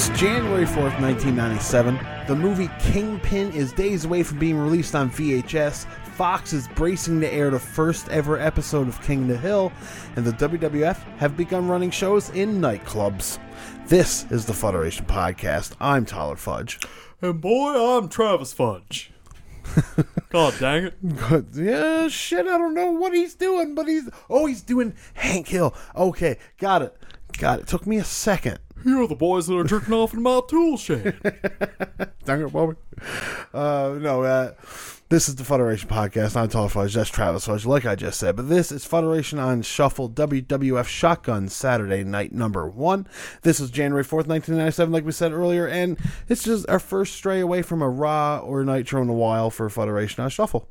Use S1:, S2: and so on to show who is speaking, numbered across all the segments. S1: February 4th, 1997, the movie Kingpin is days away from being released on VHS. Fox is bracing to air the first ever episode of King of the Hill, and the WWF have begun running shows in nightclubs. This is the Federation Podcast. I'm Tyler Fudge.
S2: And boy, I'm Travis Fudge. God dang it.
S1: But yeah, shit, I don't know what he's doing, but he's oh, he's doing Hank Hill. Okay, got it, got it. Took me a second.
S2: Here are the boys that are jerking off in my tool shed.
S1: Dang it, Bobby. Uh, no, uh, this is the Federation podcast. I'm Tom Fudge. That's Travis Fudge, like I just said. But this is Federation on Shuffle WWF Shotgun Saturday night number one. This is January 4th, 1997, like we said earlier. And it's just our first stray away from a Raw or Nitro in a while for Federation on Shuffle.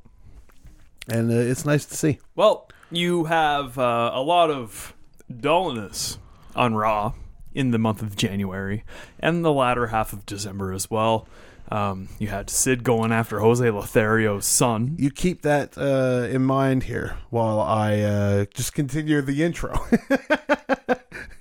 S1: And uh, it's nice to see.
S2: Well, you have uh, a lot of dullness on Raw in the month of January and the latter half of December as well. Um, you had Sid going after Jose Lothario's son.
S1: You keep that uh, in mind here while I uh, just continue the intro.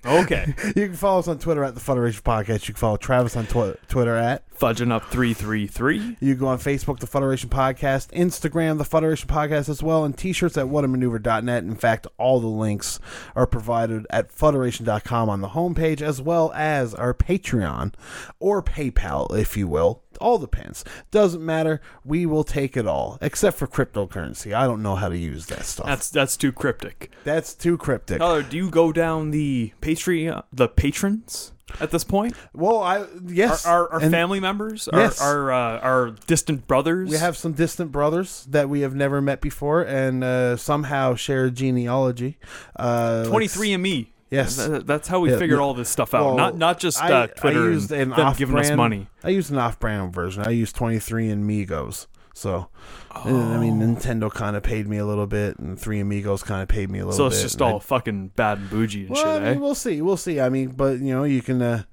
S2: Okay.
S1: You can follow us on Twitter at the Federation Podcast. You can follow Travis on tw- Twitter at.
S2: Fudging up 333.
S1: You can go on Facebook, the Federation Podcast, Instagram, the Federation Podcast as well, and t-shirts at whatamaneuver.net. In fact, all the links are provided at federation.com on the homepage, as well as our Patreon or PayPal, if you will. All depends. Doesn't matter. We will take it all, except for cryptocurrency. I don't know how to use that stuff. That's,
S2: That's that's too cryptic.
S1: too cryptic.
S2: Tyler, do you go down the Patreon, the patrons at this point?
S1: well, I yes,
S2: Our, our, our
S1: and-
S2: family members,
S1: Yes.
S2: our our, uh, our distant brothers.
S1: We have some distant brothers that we have never met before, and uh, somehow share a genealogy. Uh,
S2: Twenty three and me.
S1: Yes.
S2: that's how we
S1: Yeah,
S2: figured
S1: no-
S2: all this stuff out.
S1: well,
S2: not not just
S1: I-
S2: uh,
S1: I
S2: Twitter
S1: used an
S2: and them giving us
S1: off-brand-
S2: money.
S1: I used an off-brand version. I used twenty three and Migos. So, I mean,
S2: Oh.
S1: Nintendo kind of paid me a little bit, and Three Amigos kind of paid me a little
S2: So
S1: bit.
S2: it's just
S1: and I-
S2: all fucking bad and bougie and
S1: well,
S2: shit.
S1: I mean,
S2: eh?
S1: we'll see, we'll see. I mean, but you know, you can uh,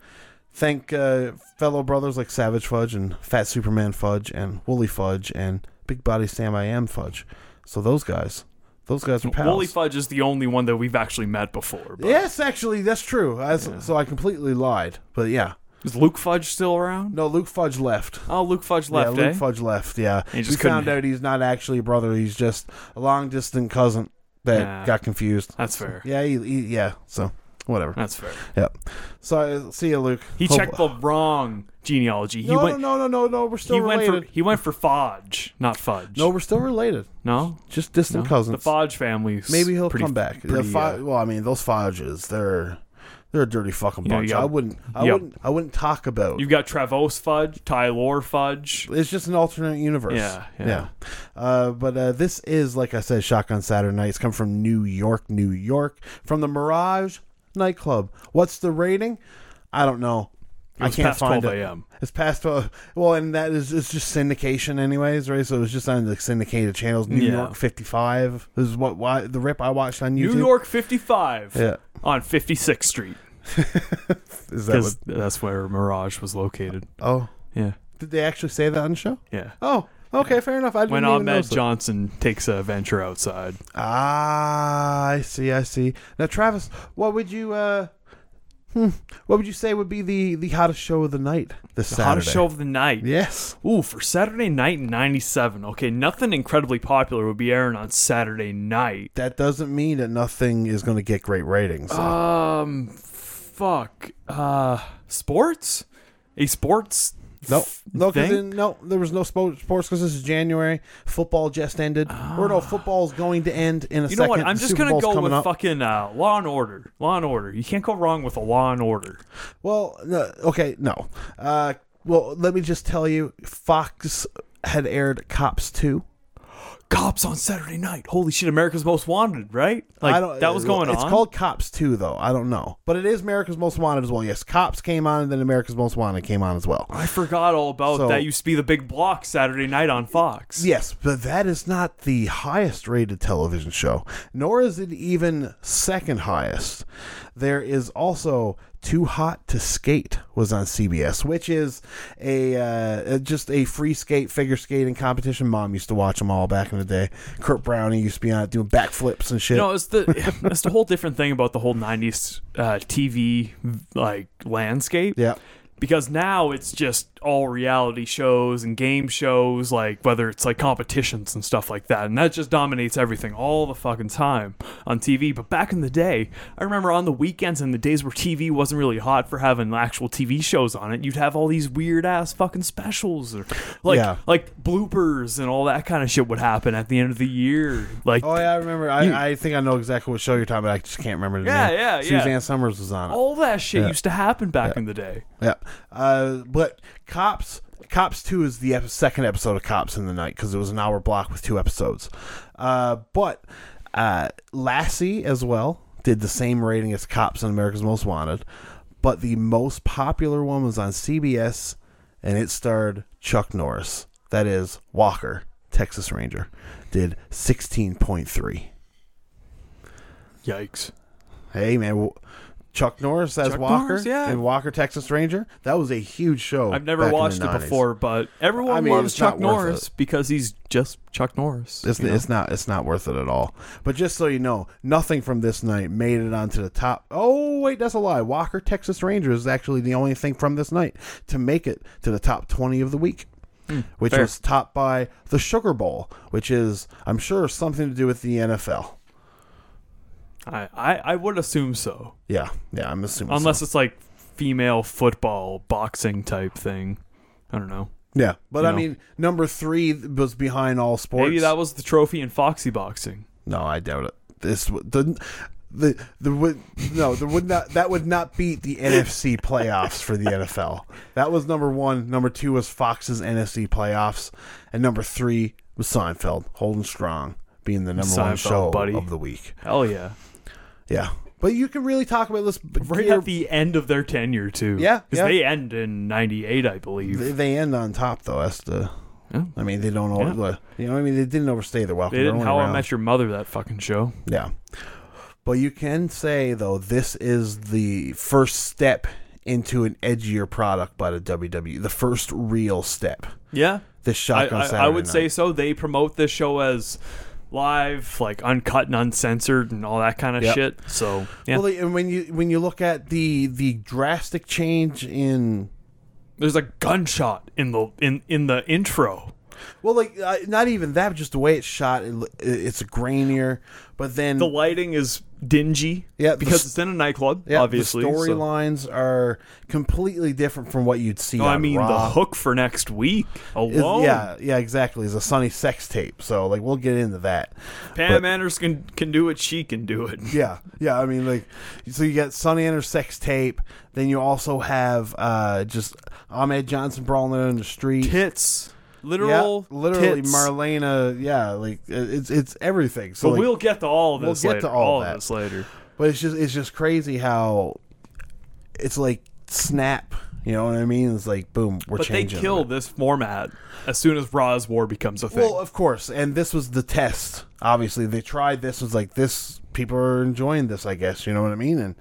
S1: thank uh, fellow brothers like Savage Fudge and Fat Superman Fudge and Wooly Fudge and Big Body Sam I Am Fudge. So those guys, those guys are pals.
S2: Wooly Fudge is the only one that we've actually met before. But
S1: Yes, actually, that's true. I, So I completely lied, but yeah,
S2: Is Luke Fudge still around?
S1: no, Luke Fudge left.
S2: Oh, Luke Fudge left.
S1: yeah, Luke
S2: eh?
S1: Fudge left. Yeah,
S2: He just
S1: we
S2: couldn't-
S1: found out he's not actually a brother. He's just a long distant cousin that
S2: Yeah.
S1: got confused.
S2: That's fair.
S1: Yeah, he, he, yeah. So whatever.
S2: That's fair.
S1: Yep. So uh, see you, Luke.
S2: He
S1: Hope-
S2: checked the wrong genealogy. He
S1: No,
S2: went.
S1: no, no, no, no, no. We're still
S2: He went
S1: related.
S2: for he went for Fudge, not Fudge.
S1: no, we're still related.
S2: no,
S1: Just distant
S2: No?
S1: cousins.
S2: The Fudge family.
S1: Maybe he'll
S2: pretty,
S1: come back. The
S2: Pretty,
S1: Fo-
S2: uh,
S1: well, I mean, those Fodges, they're they're a dirty fucking
S2: Yeah,
S1: bunch.
S2: yeah.
S1: I wouldn't, I
S2: Yeah.
S1: wouldn't, I wouldn't talk about.
S2: You've got Travos Fudge, Tylor Fudge.
S1: It's just an alternate universe.
S2: Yeah, yeah.
S1: Uh, but uh, this is, like I said, Shotgun Saturday Night. It's come from New York, New York, from the Mirage nightclub. What's the rating? I don't know. I
S2: was
S1: can't
S2: past
S1: find
S2: 12
S1: it.
S2: a.m..
S1: It's past twelve. Well, and that is it's just syndication, anyways, right? So it was just on the syndicated channels. New
S2: Yeah.
S1: York fifty five is what why the rip I watched on YouTube.
S2: New York 55
S1: Yeah.
S2: on 56th Street.
S1: is that
S2: Because
S1: what?
S2: that's where Mirage was located.
S1: Oh,
S2: Yeah.
S1: did they actually say that on the show?
S2: Yeah.
S1: Oh, okay, fair enough. I didn't
S2: When
S1: even
S2: Ahmed
S1: notice it.
S2: Johnson takes a venture outside.
S1: Ah, I see, I see. Now, Travis, what would you, uh, hmm, what would you say would be the the hottest show of the night this Saturday?
S2: Hottest show of the night.
S1: Yes.
S2: Ooh, for Saturday night in 97. Okay, nothing incredibly popular would be airing on Saturday night.
S1: That doesn't mean that nothing is going to get great ratings.
S2: Um, fuck. Uh, sports? A sports?
S1: no, no, 'cause
S2: thing?
S1: in- no, there was no spo- sports because this is January. Football just ended, or no, football's going to end in a
S2: You
S1: second.
S2: know what? I'm
S1: The
S2: just
S1: Super
S2: gonna
S1: Bowl's
S2: go
S1: coming
S2: with
S1: up.
S2: fucking uh, Law and Order. Law and Order. You can't go wrong with a Law and Order.
S1: Well, no, okay, no. Uh, well, let me just tell you, Fox had aired Cops two.
S2: Cops on Saturday night. Holy shit! America's Most Wanted, right? Like
S1: I don't, uh,
S2: that was going
S1: it's
S2: on.
S1: called Cops too, though. I don't know, but it is America's Most Wanted as well. Yes, Cops came on, and then America's Most Wanted came on as well.
S2: I forgot all about
S1: So-
S2: that. Used to be the big block Saturday night on Fox.
S1: Yes, but that is not the highest rated television show, nor is it even second highest. There is also Too Hot to Skate was on CBS, which is a uh, uh, just a free skate figure skating competition. Mom used to watch them all back in the day. Kurt Browning used to be on it doing backflips and shit.
S2: You know, it's the it's the whole different thing about the whole '90s uh, TV like landscape.
S1: yeah.
S2: because now it's just all reality shows and game shows, like whether it's like competitions and stuff like that. And that just dominates everything all the fucking time on TV. But back in the day, I remember on the weekends and the days where TV wasn't really hot for having actual TV shows on it, you'd have all these weird ass fucking specials or like
S1: Yeah.
S2: like bloopers and all that kind of shit would happen at the end of the year. Like
S1: Oh yeah, I remember. I, I think I know exactly what show you're talking about. I just can't remember the
S2: Yeah,
S1: name.
S2: yeah, Oh. yeah.
S1: Suzanne Summers was on it.
S2: all that shit used to happen back in the day.
S1: Yeah. Uh, but Cops, Cops Two is the ep- second episode of Cops in the Night because it was an hour block with two episodes. Uh, but uh, Lassie as well did the same rating as Cops and America's Most Wanted, but the most popular one was on CBS, and it starred Chuck Norris. That is Walker, Texas Ranger, did sixteen point three.
S2: Yikes.
S1: Hey man. w Chuck Norris as
S2: Chuck
S1: Walker
S2: Norris, yeah.
S1: and Walker Texas Ranger. That was a huge show.
S2: I've never
S1: back in the
S2: watched it
S1: 90s.
S2: before, but everyone
S1: I mean,
S2: loves
S1: it's not
S2: Chuck
S1: worth
S2: Norris because he's just Chuck Norris.
S1: It's,
S2: you know?
S1: it's not it's not worth it at all. But just so you know, nothing from this night made it onto the top. Oh wait, that's a lie. Walker Texas Ranger is actually the only thing from this night to make it to the top twenty of the week, which
S2: Hmm, fair.
S1: was topped by the Sugar Bowl, which is I'm sure something to do with the NFL.
S2: I, I, I would assume so.
S1: Yeah, yeah, I'm assuming. so.
S2: Unless it's like female football, boxing type thing. I don't know.
S1: yeah, but
S2: you
S1: I
S2: know.
S1: mean, number three was behind all sports.
S2: Maybe that was the trophy in Foxy Boxing.
S1: No, I doubt it. This w- the the the would no there would not that would not beat the NFC playoffs for the NFL. That was number one. Number two was Fox's NFC playoffs, and number three was Seinfeld holding strong, being the number one
S2: Seinfeld,
S1: show
S2: buddy.
S1: of the week.
S2: Hell yeah.
S1: Yeah, but you can really talk about this b-
S2: Right
S1: year-
S2: at the end of their tenure, too.
S1: Yeah,
S2: Because
S1: yeah.
S2: they end in 98, I believe.
S1: They, they end on top though. That's the.
S2: Yeah.
S1: I mean, they don't. All, You know, what I mean, they didn't overstay their welcome.
S2: They didn't
S1: They're only
S2: How I
S1: around-
S2: Met Your Mother, that fucking show.
S1: Yeah. But you can say, though, this is the first step into an edgier product by the WWE, the first real step.
S2: Yeah.
S1: This
S2: I,
S1: shotgun
S2: I,
S1: Saturday
S2: I would
S1: Night.
S2: say so. They promote this show as live, like uncut and uncensored and all that kind of
S1: Yep.
S2: shit. So, yeah.
S1: Well, they- and when you when you look at the the drastic change in
S2: There's a gunshot in the in in the intro.
S1: well, like uh, not even that, but just the way it's shot, it, lo- it- it's grainier. But then
S2: The lighting is dingy.
S1: Yeah, the
S2: because
S1: s-
S2: it's in a nightclub.
S1: yeah,
S2: obviously,
S1: the
S2: so-
S1: storylines are completely different from what you'd see.
S2: No, I
S1: on
S2: mean
S1: Raw.
S2: the hook for next week
S1: Is-
S2: alone.
S1: yeah, yeah, exactly. It's a Sunny sex tape, so like we'll get into that.
S2: Pam Anders can can do it. She can do it.
S1: Yeah, yeah. I mean, like, so you got Sonny and her sex tape. Then you also have uh, just Ahmed Johnson brawling out on the street.
S2: Tits,
S1: yeah,
S2: literal,
S1: literally
S2: tits.
S1: Marlena. Yeah, like it- it's it's everything. So
S2: But
S1: like,
S2: we'll get to all of
S1: we'll
S2: this
S1: get
S2: later.
S1: to all that.
S2: of this later.
S1: but it's just it's just crazy how it's like snap. You know what I mean? It's like boom, we're
S2: But they
S1: changing. it.
S2: kill this format as soon as Raw's War becomes a thing.
S1: Well, of course, and this was the test. Obviously, they tried this. Was like this. People are enjoying this. I guess you know what I mean. And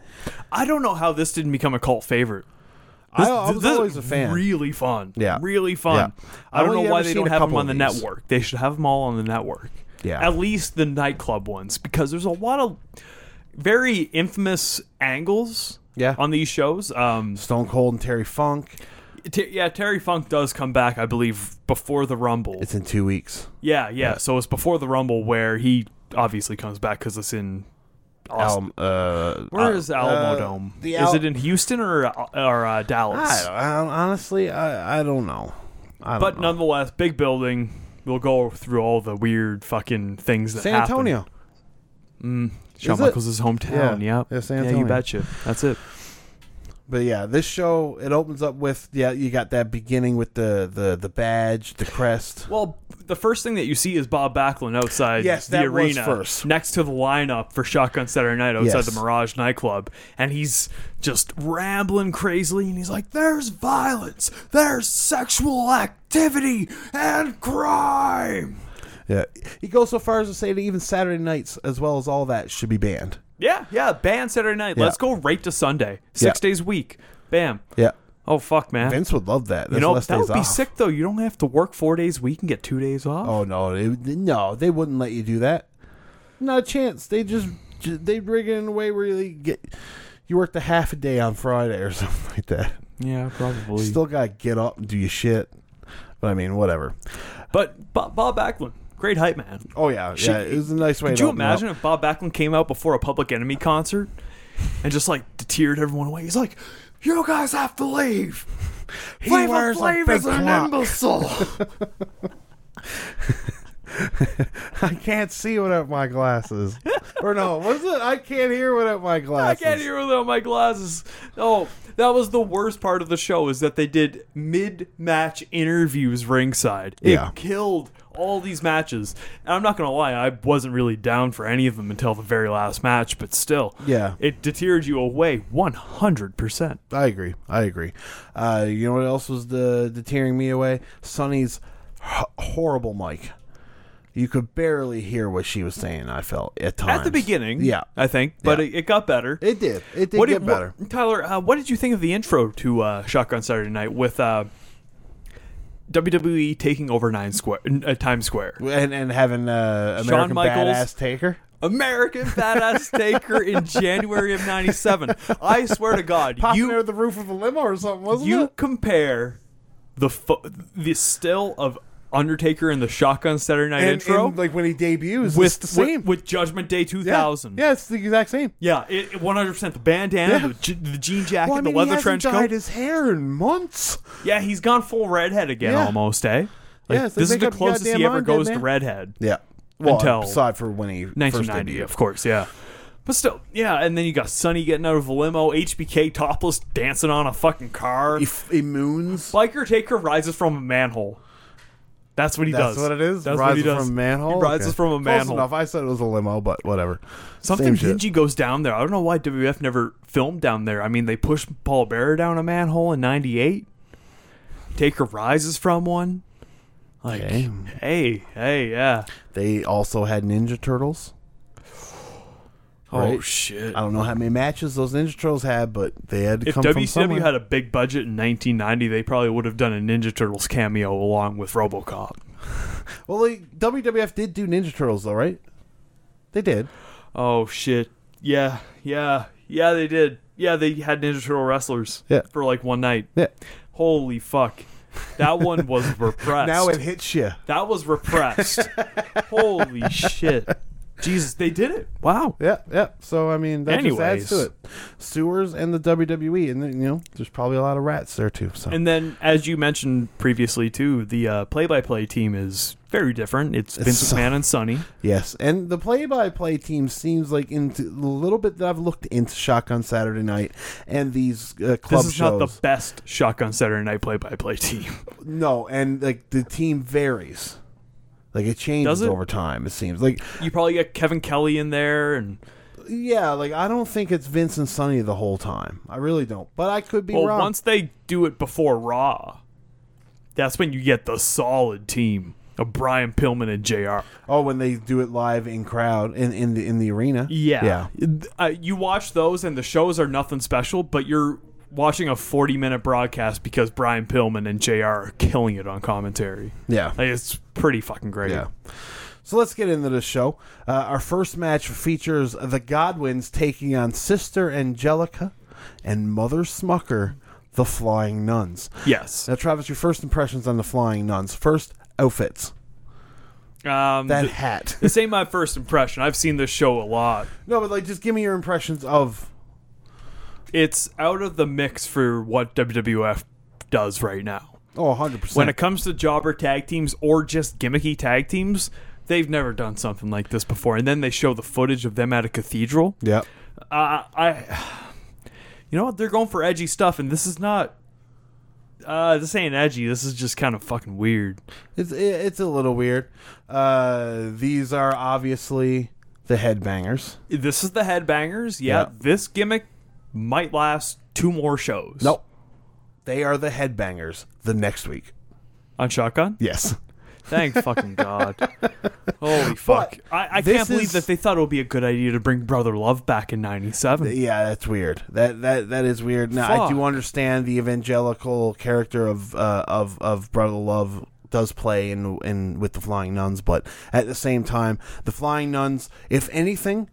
S2: I don't know how this didn't become a cult favorite.
S1: I-
S2: This-
S1: I was
S2: this is
S1: always a fan.
S2: Really fun.
S1: Yeah.
S2: Really fun.
S1: Yeah.
S2: I
S1: I've
S2: don't know
S1: only
S2: why
S1: ever
S2: they
S1: seen
S2: don't
S1: a
S2: have them
S1: couple
S2: on the
S1: of these.
S2: network. They should have them all on the network.
S1: Yeah.
S2: At least the nightclub ones because there's a lot of very infamous angles.
S1: Yeah.
S2: On these shows. Um.
S1: Stone Cold and Terry Funk.
S2: T- yeah. Terry Funk does come back, I believe, before the Rumble.
S1: It's in two weeks.
S2: yeah, yeah. So it's before the Rumble where he obviously comes back because it's in. Austin.
S1: Alum, uh,
S2: Where is Alamo
S1: uh,
S2: Dome?
S1: the
S2: is
S1: Al-
S2: it in Houston or or uh, Dallas?
S1: I, I honestly, I, I don't know. I don't
S2: But
S1: know.
S2: nonetheless, big building. We'll go through all the weird fucking things that
S1: San
S2: happen.
S1: Antonio.
S2: Shawn
S1: Is it?
S2: Michaels' hometown.
S1: Yeah.
S2: Yep.
S1: Yeah, San
S2: you
S1: Antonio.
S2: betcha. That's it.
S1: But yeah, this show it opens up with yeah, you got that beginning with the the the badge, the crest.
S2: Well, the first thing that you see is Bob Backlund outside
S1: Yes,
S2: the
S1: that was
S2: arena,
S1: first.
S2: next to the lineup for Shotgun Saturday Night outside
S1: Yes.
S2: the Mirage nightclub, and he's just rambling crazily, and he's like, "There's violence, there's sexual activity, and crime."
S1: Yeah, he goes so far as to say that even Saturday nights, as well as all that, should be banned.
S2: Yeah, yeah. Ban Saturday Night.
S1: Yeah.
S2: Let's go right to Sunday, six
S1: Yeah.
S2: days a week. Bam.
S1: Yeah,
S2: Oh fuck, man.
S1: Vince would love that. That's
S2: You know,
S1: less
S2: that
S1: days
S2: would be
S1: off.
S2: sick though. You don't have to work four days a week and get two days off.
S1: Oh no, they, no, they wouldn't let you do that. Not a chance. They just they rig it in a way where you get you work the half a day on Friday or something like that.
S2: Yeah, probably.
S1: Still got to get up and do your shit. But I mean, whatever.
S2: but Bob, Bob Backlund, great hype man.
S1: Oh yeah,
S2: She-
S1: yeah. It was a nice way.
S2: Could
S1: to
S2: you
S1: open up.
S2: imagine if Bob Backlund came out before a Public Enemy concert and just like teared everyone away? He's like, "You guys have to leave.
S1: He
S2: Flavor
S1: wears a
S2: Flav
S1: big
S2: is an
S1: clock.
S2: imbecile."
S1: I can't see without my glasses. or no, what is it? I can't hear without my
S2: I
S1: glasses.
S2: can't hear without my glasses. Oh, that was the worst part of the show is that they did mid-match interviews ringside. It
S1: Yeah.
S2: killed all these matches. And I'm not gonna lie, I wasn't really down for any of them until the very last match. But still,
S1: Yeah.
S2: it deterred you away 100. percent
S1: I agree. I agree. Uh, you know what else was the, the tearing me away? Sonny's h- horrible mic. You could barely hear what she was saying. I felt at times
S2: At the beginning,
S1: Yeah,
S2: I think, but
S1: Yeah.
S2: it, it got better.
S1: it did. It did
S2: what
S1: get
S2: did,
S1: better.
S2: What, Tyler, uh, what did you think of the intro to uh, Shotgun Saturday Night with uh, WWE taking over Nine Square, uh, Times Square?
S1: and and having uh, American
S2: Michaels.
S1: badass taker.
S2: American Badass Taker in January of '97. I swear to God,
S1: Popping
S2: you
S1: out of the roof of a limo or something, wasn't
S2: you
S1: it?
S2: compare the fo- the still of Undertaker in the Shotgun Saturday Night
S1: And,
S2: intro
S1: and, like when he debuts,
S2: with
S1: it's the same.
S2: with, with Judgment Day
S1: yeah.
S2: 2000.
S1: yeah, it's the exact same.
S2: Yeah, it, it 100% the bandana,
S1: Yeah.
S2: the, je- the jean jacket,
S1: Well, I mean,
S2: the leather
S1: he hasn't
S2: trench coat.
S1: dyed his hair in months.
S2: Yeah, he's gone full redhead again
S1: Yeah.
S2: almost, eh? Like,
S1: Yeah, it's like
S2: this is
S1: make
S2: the
S1: up your
S2: closest he
S1: goddamn
S2: ever
S1: mind,
S2: goes
S1: man.
S2: to redhead.
S1: Yeah. Well,
S2: Until
S1: aside for when he first
S2: 1990,
S1: debuted.
S2: of course, yeah. But still, yeah, and then you got Sonny getting out of a limo, HBK topless dancing on a fucking car.
S1: He, f- he moons.
S2: Biker Taker rises from a manhole. That's what he
S1: That's
S2: does.
S1: what it is.
S2: That's
S1: rises
S2: what he does.
S1: from a manhole.
S2: He rises
S1: Okay.
S2: from a
S1: Close
S2: manhole.
S1: enough. I said it was a limo, but whatever.
S2: Something
S1: Same shit.
S2: dingy goes down there. I don't know why WWF never filmed down there. I mean, they pushed Paul Bearer down a manhole in '98. Taker rises from one. Like,
S1: Okay.
S2: hey, hey, yeah.
S1: They also had Ninja Turtles.
S2: Oh
S1: Right?
S2: shit!
S1: I don't know how many matches those Ninja Turtles had, but they had to
S2: If
S1: come from
S2: WCW
S1: somewhere.
S2: had a big budget in 1990, they probably would have done a Ninja Turtles cameo along with RoboCop.
S1: well, like, WWF did do Ninja Turtles, though, right? They did.
S2: Oh shit! Yeah, yeah, yeah. They did. Yeah, they had Ninja Turtle wrestlers.
S1: Yeah.
S2: For like one night.
S1: Yeah.
S2: Holy fuck! That one was repressed.
S1: Now it hits you.
S2: That was repressed. Holy shit. Jesus, they did it. Wow.
S1: Yeah, yeah. So I mean, that just adds
S2: Anyways.
S1: to it. Sewers and the WWE, and then, you know, there's probably a lot of rats there too. So
S2: And then, as you mentioned previously, too, the uh, play-by-play team is very different. It's Vince
S1: so-
S2: McMahon and Sonny.
S1: Yes, and the play-by-play team seems like into the little bit that I've looked into Shotgun Saturday Night and these uh, club
S2: This is
S1: shows.
S2: not the best Shotgun Saturday Night play-by-play team.
S1: no, and like the team varies, like it changes
S2: Does it?
S1: over time. It seems like
S2: You probably got Kevin Kelly in there, and
S1: yeah, like I don't think it's Vince and Sonny the whole time. I really don't, but I could be
S2: well,
S1: wrong.
S2: once they do it before Raw, that's when you get the solid team of Brian Pillman and Jr.
S1: oh, when they do it live in crowd in in the in the arena.
S2: Yeah.
S1: yeah,
S2: Uh, you watch those, and the shows are nothing special, but you're watching a 40 minute broadcast because Brian Pillman and JR are killing it on commentary.
S1: yeah.
S2: Like, it's pretty fucking great.
S1: Yeah. So let's get into the show. Uh, our first match features the Godwins taking on Sister Angelica and Mother Smucker, the Flying Nuns.
S2: Yes.
S1: Now, Travis, your first impressions on the Flying Nuns. First, outfits.
S2: Um,
S1: That
S2: th-
S1: hat.
S2: this ain't my first impression. I've seen this show a lot.
S1: no, but like, just give me your impressions of.
S2: It's out of the mix for what WWF does right now.
S1: Oh, 100%.
S2: When it comes to jobber tag teams or just gimmicky tag teams, they've never done something like this before. And then they show the footage of them at a cathedral.
S1: yeah.
S2: uh, I, you know what? They're going for edgy stuff, and this is not. Uh, this ain't edgy. This is just kind of fucking weird.
S1: It's, it, it's a little weird. Uh, these are obviously the headbangers.
S2: This is the headbangers. Yeah,
S1: Yeah.
S2: this gimmick might last two more shows.
S1: Nope. They are the headbangers the next week.
S2: on shotgun.
S1: Yes.
S2: Thank fucking god. Holy fuck! I, I
S1: this
S2: can't believe
S1: is-
S2: that they thought it would be a good idea to bring Brother Love back in '97.
S1: Yeah, that's weird. That that that is weird. Now I do
S2: Fuck.
S1: understand the evangelical character of uh, of of Brother Love does play in in with the Flying Nuns, but at the same time, the Flying Nuns, if anything,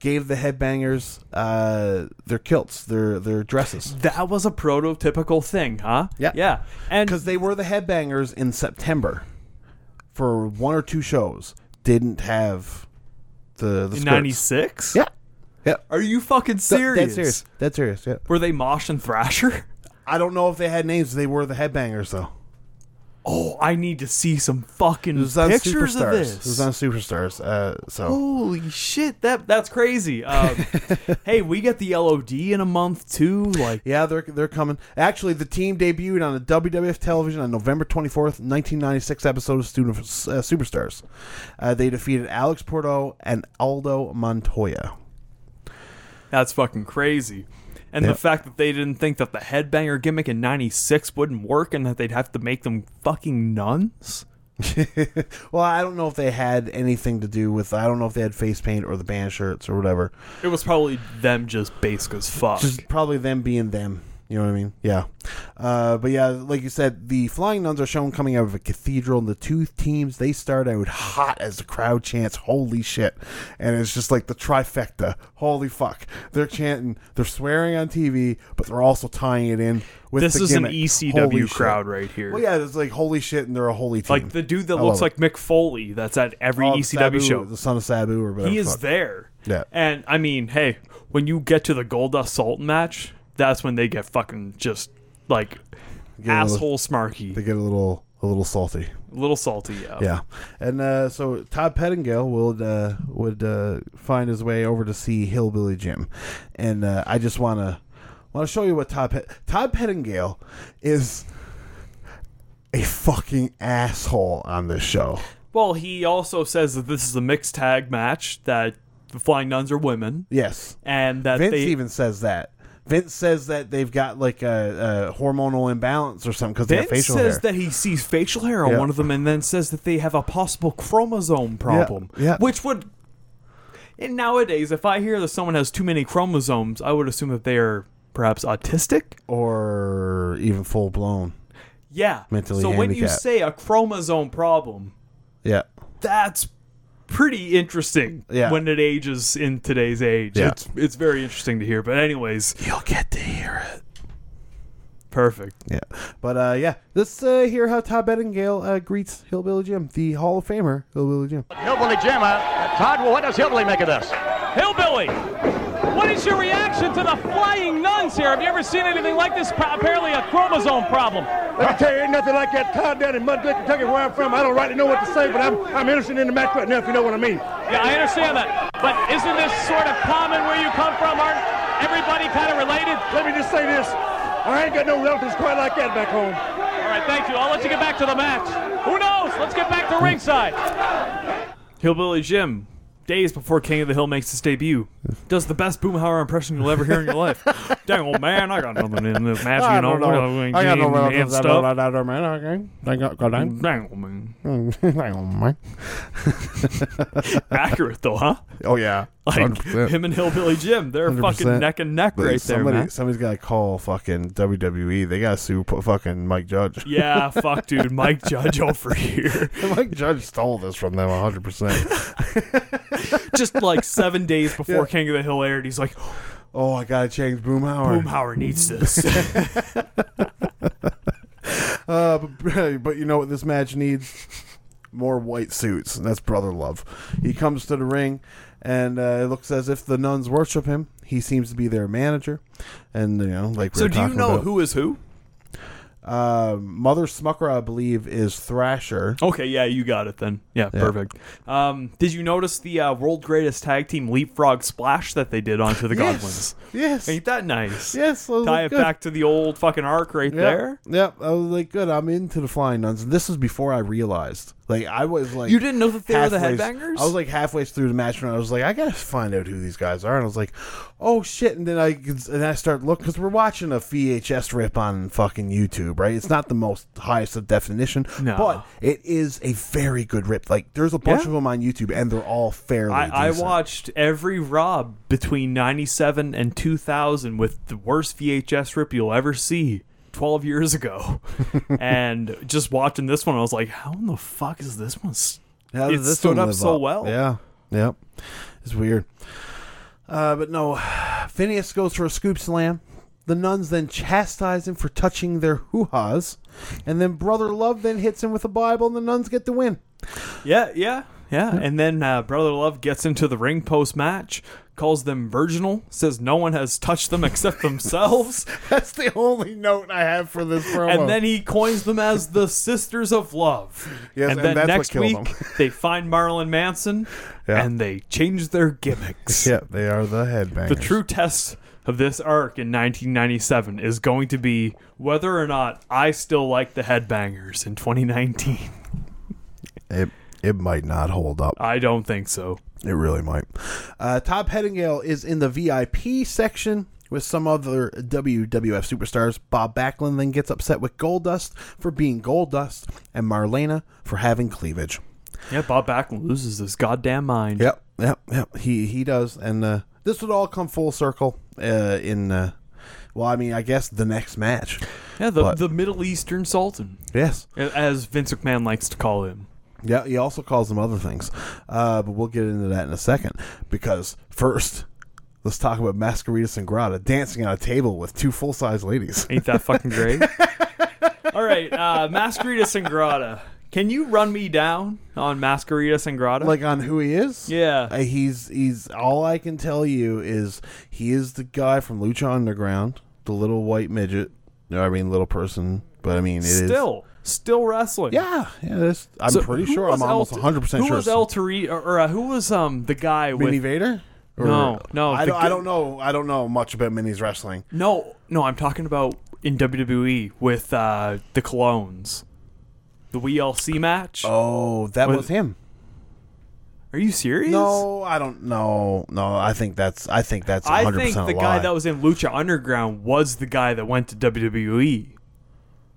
S1: gave the headbangers uh, their kilts, their their dresses,
S2: That was a prototypical thing, huh?
S1: Yeah.
S2: Yeah. And
S1: because they were the headbangers in September for one or two shows. Didn't have the the
S2: in
S1: skirts.
S2: '96.
S1: Yeah, yeah.
S2: Are you fucking
S1: Th-
S2: serious?
S1: That's serious. That's serious. Yeah.
S2: Were they Mosh and Thrasher?
S1: I don't know if they had names. They were the headbangers though.
S2: Oh, I need to see some fucking
S1: It was on
S2: pictures
S1: Superstars.
S2: of this.
S1: It was on Superstars. Uh, so
S2: Holy shit, that that's crazy. Um, hey, we get the LOD in a month too. Like,
S1: yeah, they're they're coming. Actually, the team debuted on the WWF television on November twenty fourth, nineteen ninety six episode of Student uh, Superstars. Uh, they defeated Alex Porto and Aldo Montoya.
S2: that's fucking crazy. And
S1: Yeah.
S2: the fact that they didn't think that the headbanger gimmick in '96 wouldn't work, and that they'd have to make them fucking nuns.
S1: well, I don't know if they had anything to do with. I don't know if they had face paint or the band shirts or whatever.
S2: It was probably them just basic as fuck.
S1: Just probably them being them. You know what I mean? Yeah. Uh, but yeah, like you said, the flying nuns are shown coming out of a cathedral, and the two teams they start out hot as the crowd chants "Holy shit!" and it's just like the trifecta. Holy fuck! They're chanting, they're swearing on TV, but they're also tying it in with
S2: this
S1: the
S2: is an
S1: gimmick.
S2: ECW
S1: Holy shit.
S2: crowd right here.
S1: Well, yeah, it's like holy shit, and they're a holy team.
S2: Like the dude that
S1: I
S2: looks
S1: love
S2: like Mick Foley that's at every
S1: Oh,
S2: ECW
S1: Sabu,
S2: show.
S1: the son of Sabu, or whatever.
S2: he
S1: the
S2: is
S1: fuck.
S2: there.
S1: Yeah.
S2: And I mean, hey, when you get to the Goldust Sultan match, that's when they get fucking just like
S1: Get a little-
S2: asshole smarky,
S1: They get a little a little salty.
S2: little salty. Yeah.
S1: Yeah, and uh, so Todd Pettingill would uh, would uh, find his way over to see Hillbilly Jim, and uh, I just wanna want to show you what Todd Pet- Todd Pettingill is a fucking asshole on this show.
S2: Well, he also says that this is a mixed tag match that the Flying Nuns are women
S1: Yes,
S2: and that
S1: Vince
S2: they
S1: even says that. Vince says that they've got like a, a hormonal imbalance or something because they have
S2: Vince
S1: facial
S2: says
S1: hair.
S2: that he sees facial hair on
S1: Yeah.
S2: one of them and then says that they have a possible chromosome problem.
S1: yeah.
S2: Which would. And nowadays, if I hear that someone has too many chromosomes, I would assume that they are perhaps autistic.
S1: or even full blown.
S2: Yeah.
S1: Mentally
S2: so when you
S1: handicapped.
S2: say a chromosome problem,
S1: Yeah.
S2: that's pretty interesting
S1: Yeah.
S2: when it ages in today's age.
S1: Yeah.
S2: It's, it's very interesting to hear. But, anyways,
S1: You'll get to hear it.
S2: perfect.
S1: Yeah, but uh, yeah, let's uh, hear how Todd Bettingale uh, greets Hillbilly Jim, the Hall of Famer Hillbilly Jim.
S3: Hillbilly Jim, uh, Todd, what does Hillbilly make of this?
S4: Hillbilly, what is your reaction to the flying nuns here? Have you ever seen anything like this? Pro- apparently, a chromosome problem.
S5: Let me tell you, ain't nothing like that. Todd down in Mud Lick, Kentucky, where I'm from. I don't rightly know what to say, but I'm, I'm interested in the match right now, if you know what I mean.
S4: Yeah, I understand that. But isn't this sort of common where you come from? Aren't everybody kind of related?
S5: Let me just say this. I ain't got no relatives quite like that back home.
S4: All right, thank you. I'll let you get back to the match. Who knows? Let's get back to ringside.
S2: Hillbilly Jim, days before King of the Hill makes his debut, does the best Boomhauer impression you'll ever hear in your life. Dang old man, I got nothing in this match, you know. and stuff. Mm. Dang old man. Accurate though, huh?
S1: Oh yeah,
S2: Like him and Hillbilly Jim, they're
S1: 100%.
S2: fucking neck and neck right
S1: somebody,
S2: there, man.
S1: somebody's got to call fucking WWE. They got to sue pu- fucking Mike Judge.
S2: Yeah, fuck, dude. Mike Judge over here.
S1: Mike Judge stole this from them 100. percent
S2: Just like seven days before
S1: Yeah.
S2: King of the Hill aired, he's like,
S1: Oh, I gotta change Boomhauer.
S2: Boomhauer needs this.
S1: Uh, but, but you know what this match needs? More white suits. And that's brother love. He comes to the ring, and uh, it looks as if the nuns worship him. He seems to be their manager, and you know, like we
S2: so
S1: were
S2: do you
S1: talking
S2: know
S1: about.
S2: who is who?
S1: Uh, Mother Smucker, I believe, is Thrasher.
S2: Okay, yeah, you got it then. Yeah, perfect. Um, did you notice the uh, world greatest tag team leapfrog splash that they did onto the Godwins?
S1: Yes.
S2: Ain't that nice?
S1: Yes, those
S2: Tie
S1: look
S2: it
S1: good.
S2: back to the old fucking arc right
S1: Yep.
S2: there.
S1: Yep. I was like, good. I'm into the flying nuns. And this was before I realized. Like, I was like,
S2: You didn't know that they were the
S1: halfway-
S2: headbangers?
S1: I was like halfway through the match, and I was like, I gotta find out who these guys are. And I was like, oh shit. And then I and I start looking because we're watching a VHS rip on fucking YouTube, right? It's not the most highest of definition,
S2: No.
S1: but it is a very good rip. Like, there's a bunch
S2: Yeah.
S1: of them on YouTube, and they're all fairly.
S2: I, I
S1: decent.
S2: watched every Rob between 97 and 2000 with the worst VHS rip you'll ever see 12 years ago. and just watching this one, I was like, how in the fuck is this one? s-
S1: How
S2: it
S1: does this
S2: stood
S1: one
S2: up
S1: live
S2: so well.
S1: Yeah. Yep. It's weird. Uh, but no, Phineas goes for a scoop slam. The nuns then chastise him for touching their hoo ha's. And then Brother Love then hits him with a Bible, and the nuns get the win.
S2: Yeah, yeah, yeah. And then uh, Brother Love gets into the ring post match, calls them virginal, says no one has touched them except themselves,
S1: That's the only note I have for this promo.
S2: and then he coins them as the Sisters of Love.
S1: Yes, and
S2: then
S1: that's what
S2: next
S1: killed
S2: week they find Marilyn Manson
S1: Yeah.
S2: and they change their gimmicks.
S1: yeah, they are the headbangers.
S2: The true test of this arc in 1997 is going to be whether or not I still like the headbangers in 2019.
S1: It, it might not hold up.
S2: I don't think so.
S1: It really might. Uh, Todd Pettingale is in the VIP section with some other WWF superstars. Bob Backlund then gets upset with Goldust for being Goldust and Marlena for having cleavage.
S2: Yeah, Bob Backlund loses his goddamn mind.
S1: Yep, yep, yep. He he does, and uh, this would all come full circle uh, in. Uh, well, I mean, I guess the next match.
S2: Yeah, the,
S1: But-
S2: the Middle Eastern Sultan,
S1: Yes.
S2: as Vince McMahon likes to call him.
S1: Yeah, he also calls them other things. Uh, but we'll get into that in a second. Because first, let's talk about Masquerita Sangrada dancing on a table with two full size ladies.
S2: Ain't that fucking great? All right, uh, Masquerita Sangrada. Can you run me down on Masquerita Sangrada?
S1: like on who he is?
S2: Yeah.
S1: Uh, he's he's all I can tell you is he is the guy from Lucha Underground, the little white midget. No, I mean little person, but I mean it is
S2: still, still wrestling.
S1: Yeah, yeah. That's, I'm
S2: So
S1: pretty
S2: who
S1: sure. I'm
S2: was El-
S1: almost 100 percent
S2: Who
S1: sure.
S2: was El Torito, or, or, uh, who was um the guy
S1: Minnie
S2: with?
S1: Vader? Or-
S2: No, no,
S1: I
S2: the
S1: don't,
S2: good-
S1: I don't know. I don't know much about Minnie's wrestling.
S2: No, no, I'm talking about in WWE with uh, the clones, the WLC match.
S1: Oh, that
S2: Was-
S1: was him.
S2: Are you serious?
S1: No, I don't know. No, I think that's. I think that's. 100%
S2: I think the
S1: a
S2: guy
S1: lie.
S2: that was in Lucha Underground was the guy that went to WWE.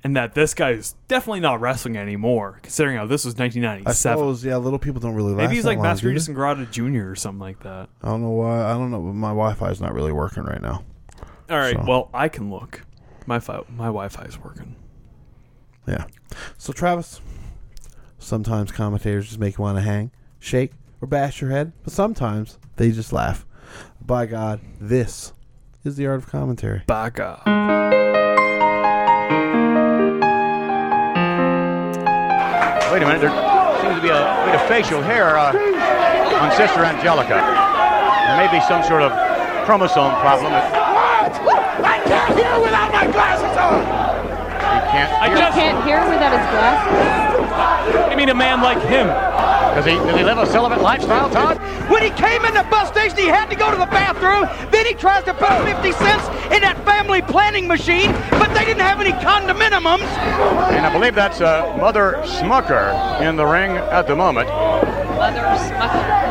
S2: And that this guy is definitely not wrestling anymore, considering how this was
S1: I
S2: 1997.
S1: suppose. Yeah, little people don't really. Last
S2: Maybe he's
S1: that
S2: like
S1: long, do
S2: Masquerita
S1: they?
S2: Sangrada Jr. or something like that.
S1: I don't know why. I don't know. But my Wi-Fi is not really working right now.
S2: All right,
S1: So-
S2: well, I can look. My, fi- my Wi Fi is working.
S1: Yeah. So Travis, sometimes commentators just make you want to hang, shake, or bash your head, but sometimes they just laugh. By God, this is the art of commentary.
S2: Back up.
S3: Wait a minute. There seems to be a bit of facial hair uh, on Sister Angelica. There may be some sort of chromosome problem that
S6: I can't hear without my glasses on!
S3: you can't
S4: I
S6: He
S4: just,
S6: can't hear without his glasses?
S4: I mean, a man like him.
S3: Does he, does he live a celibate lifestyle, Todd?
S7: When he came in the bus station, he had to go to the bathroom. Then he tries to put 50 cents in that family planning machine, but they didn't have any condominiums.
S3: And I believe that's uh, Mother Smucker in the ring at the moment.
S6: Mother smucker.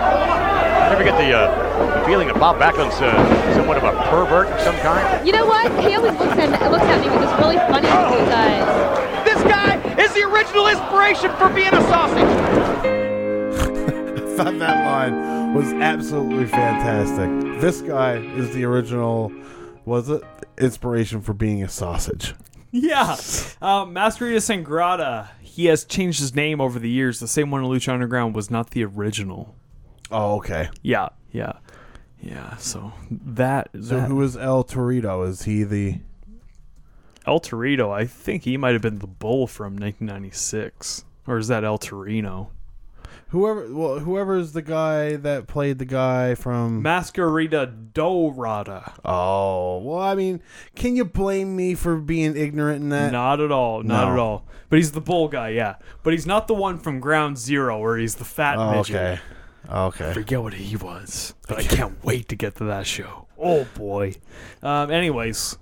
S3: I never get the, uh, the feeling that Bob Backlund's uh, somewhat of a pervert of some kind.
S6: You know what? He always looks at, looks at me with this really funny blue eyes.
S7: This guy is the original inspiration for being a sausage.
S1: I thought that line was absolutely fantastic. This guy is the original. Was it inspiration for being a sausage?
S2: Yeah. Uh, Masquerita Sangrada, he has changed his name over the years. The same one in Lucha Underground was not the original.
S1: Oh, okay.
S2: Yeah, yeah. Yeah, so that,
S1: So
S2: that-
S1: who is El Torito? Is he the?
S2: El Torito, I think he might have been the bull from 1996. Or is that El Torino?
S1: Whoever, well, whoever is the guy that played the guy from.
S2: Masquerita Dorada.
S1: Oh, well, I mean, can you blame me for being ignorant in that?
S2: Not at all. Not
S1: Eh, No.
S2: at all. But he's the bull guy, yeah. But he's not the one from Ground Zero where he's the fat
S1: Oh,
S2: midget.
S1: okay, Oh, okay.
S2: forget what he was, but I can't wait to get to that show. Oh boy. Um, anyways,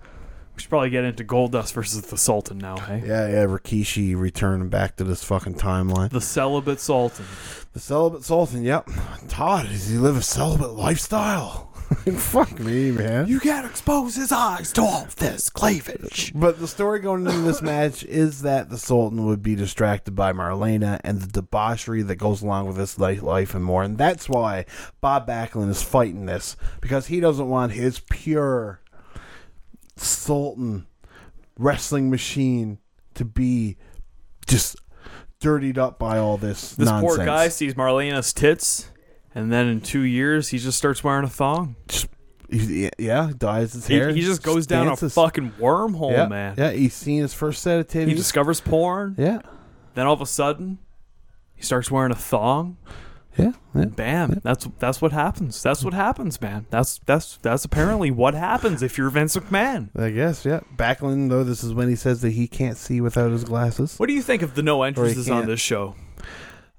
S2: we should probably get into Goldust versus the Sultan now, hey?
S1: Yeah, yeah, Rikishi returning back to this fucking timeline.
S2: The celibate Sultan.
S1: The celibate sultan, yep. Todd, does he live a celibate lifestyle? Fuck me, man.
S2: can't expose his eyes to all this cleavage.
S1: but the story going into this match is that the Sultan would be distracted by Marlena and the debauchery that goes along with his li- life and more. And that's why Bob Backlund is fighting this because he doesn't want his pure Sultan wrestling machine to be just dirtied up by all this
S2: This
S1: nonsense.
S2: poor guy sees Marlena's tits and then in two years he just starts wearing a thong.
S1: He- yeah, dyes his
S2: He,
S1: hair.
S2: he just goes down
S1: dances.
S2: a fucking wormhole,
S1: yeah,
S2: man.
S1: Yeah, he's seen his first set of titties.
S2: He discovers porn,
S1: yeah,
S2: then all of a sudden he starts wearing a thong.
S1: yeah, yeah.
S2: Bam. That's that's what happens. That's what happens, man. That's that's that's apparently what happens if you're Vince McMahon.
S1: I guess, yeah. Backlund, though, this is when he says that he can't see without his glasses.
S2: What do you think of the no entrances on
S1: can't.
S2: this show?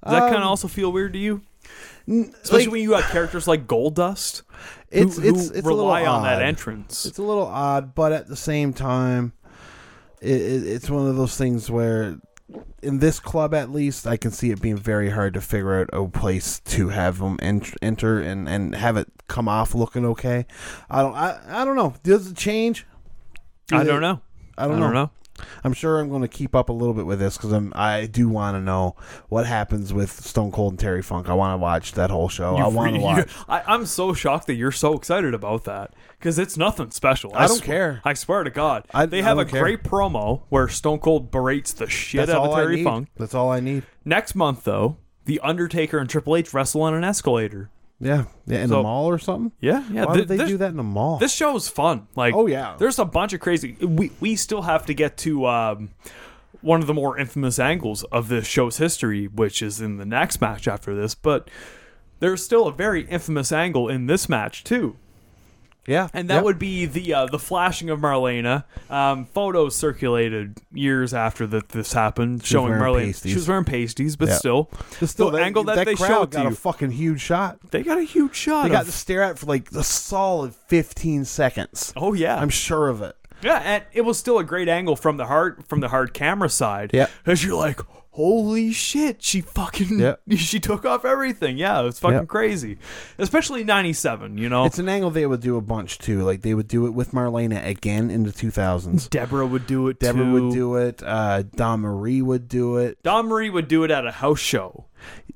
S2: Does that kind of also feel weird to you? Especially
S1: Um, like-
S2: when you have characters like Gold Dust who,
S1: It's it's
S2: who
S1: it's
S2: rely
S1: a little
S2: on that
S1: odd.
S2: entrance.
S1: It's a little odd, but at the same time, it, it, it's one of those things where, in this club at least, I can see it being very hard to figure out a place to have them ent- enter and, and have it come off looking okay. I don't I, I don't know. Does it change? Do
S2: I
S1: they-
S2: don't know.
S1: I don't, know. I'm sure I'm going to keep up a little bit with this because I'm I do want to know what happens with Stone Cold and Terry Funk. I want to watch that whole show. I
S2: You've
S1: want to
S2: re- you-
S1: watch.
S2: I, I'm so shocked that you're so excited about that because it's nothing special.
S1: I don't
S2: sw-
S1: care.
S2: I swear to God,
S1: I-
S2: they
S1: I
S2: have a
S1: don't care.
S2: great promo where Stone Cold berates the shit
S1: That's
S2: out
S1: all
S2: of
S1: I
S2: Terry
S1: need.
S2: Funk.
S1: That's all I need.
S2: Next month, though, the Undertaker and Triple H wrestle on an escalator.
S1: Yeah, yeah in
S2: So-
S1: a mall or something.
S2: Yeah, yeah.
S1: Why
S2: thi-
S1: would they
S2: this-
S1: do that in a mall?
S2: This show is fun. Like,
S1: Oh, yeah.
S2: there's a bunch of crazy. We we still have to get to um, one of the more infamous angles of this show's history, which is in the next match after this. But there's still a very infamous angle in this match too.
S1: yeah,
S2: And that
S1: yeah.
S2: would be the uh, the flashing of Marlena. Um, photos circulated years after that this happened, showing
S1: wearing
S2: Marlena
S1: pasties.
S2: she was wearing pasties, but
S1: Yeah.
S2: still,
S1: But still
S2: the
S1: that,
S2: angle that,
S1: that
S2: they
S1: crowd
S2: showed
S1: got
S2: to
S1: a
S2: you,
S1: fucking huge shot.
S2: they got a huge shot.
S1: They got
S2: of-
S1: to stare at for like a solid fifteen seconds.
S2: oh yeah,
S1: I'm sure of it.
S2: Yeah, and it was still a great angle from the hard from the hard camera side.
S1: Yep.
S2: because you're like, holy shit, she fucking
S1: Yep.
S2: she took off everything. Yeah, it's fucking
S1: Yep.
S2: crazy, especially '97. You know,
S1: It's an angle they would do a bunch too. Like they would do it with Marlena again in the 2000s.
S2: Deborah would do it.
S1: Deborah
S2: too.
S1: would do it. Uh, Don Marie would do it.
S2: Don Marie would do it at a house show,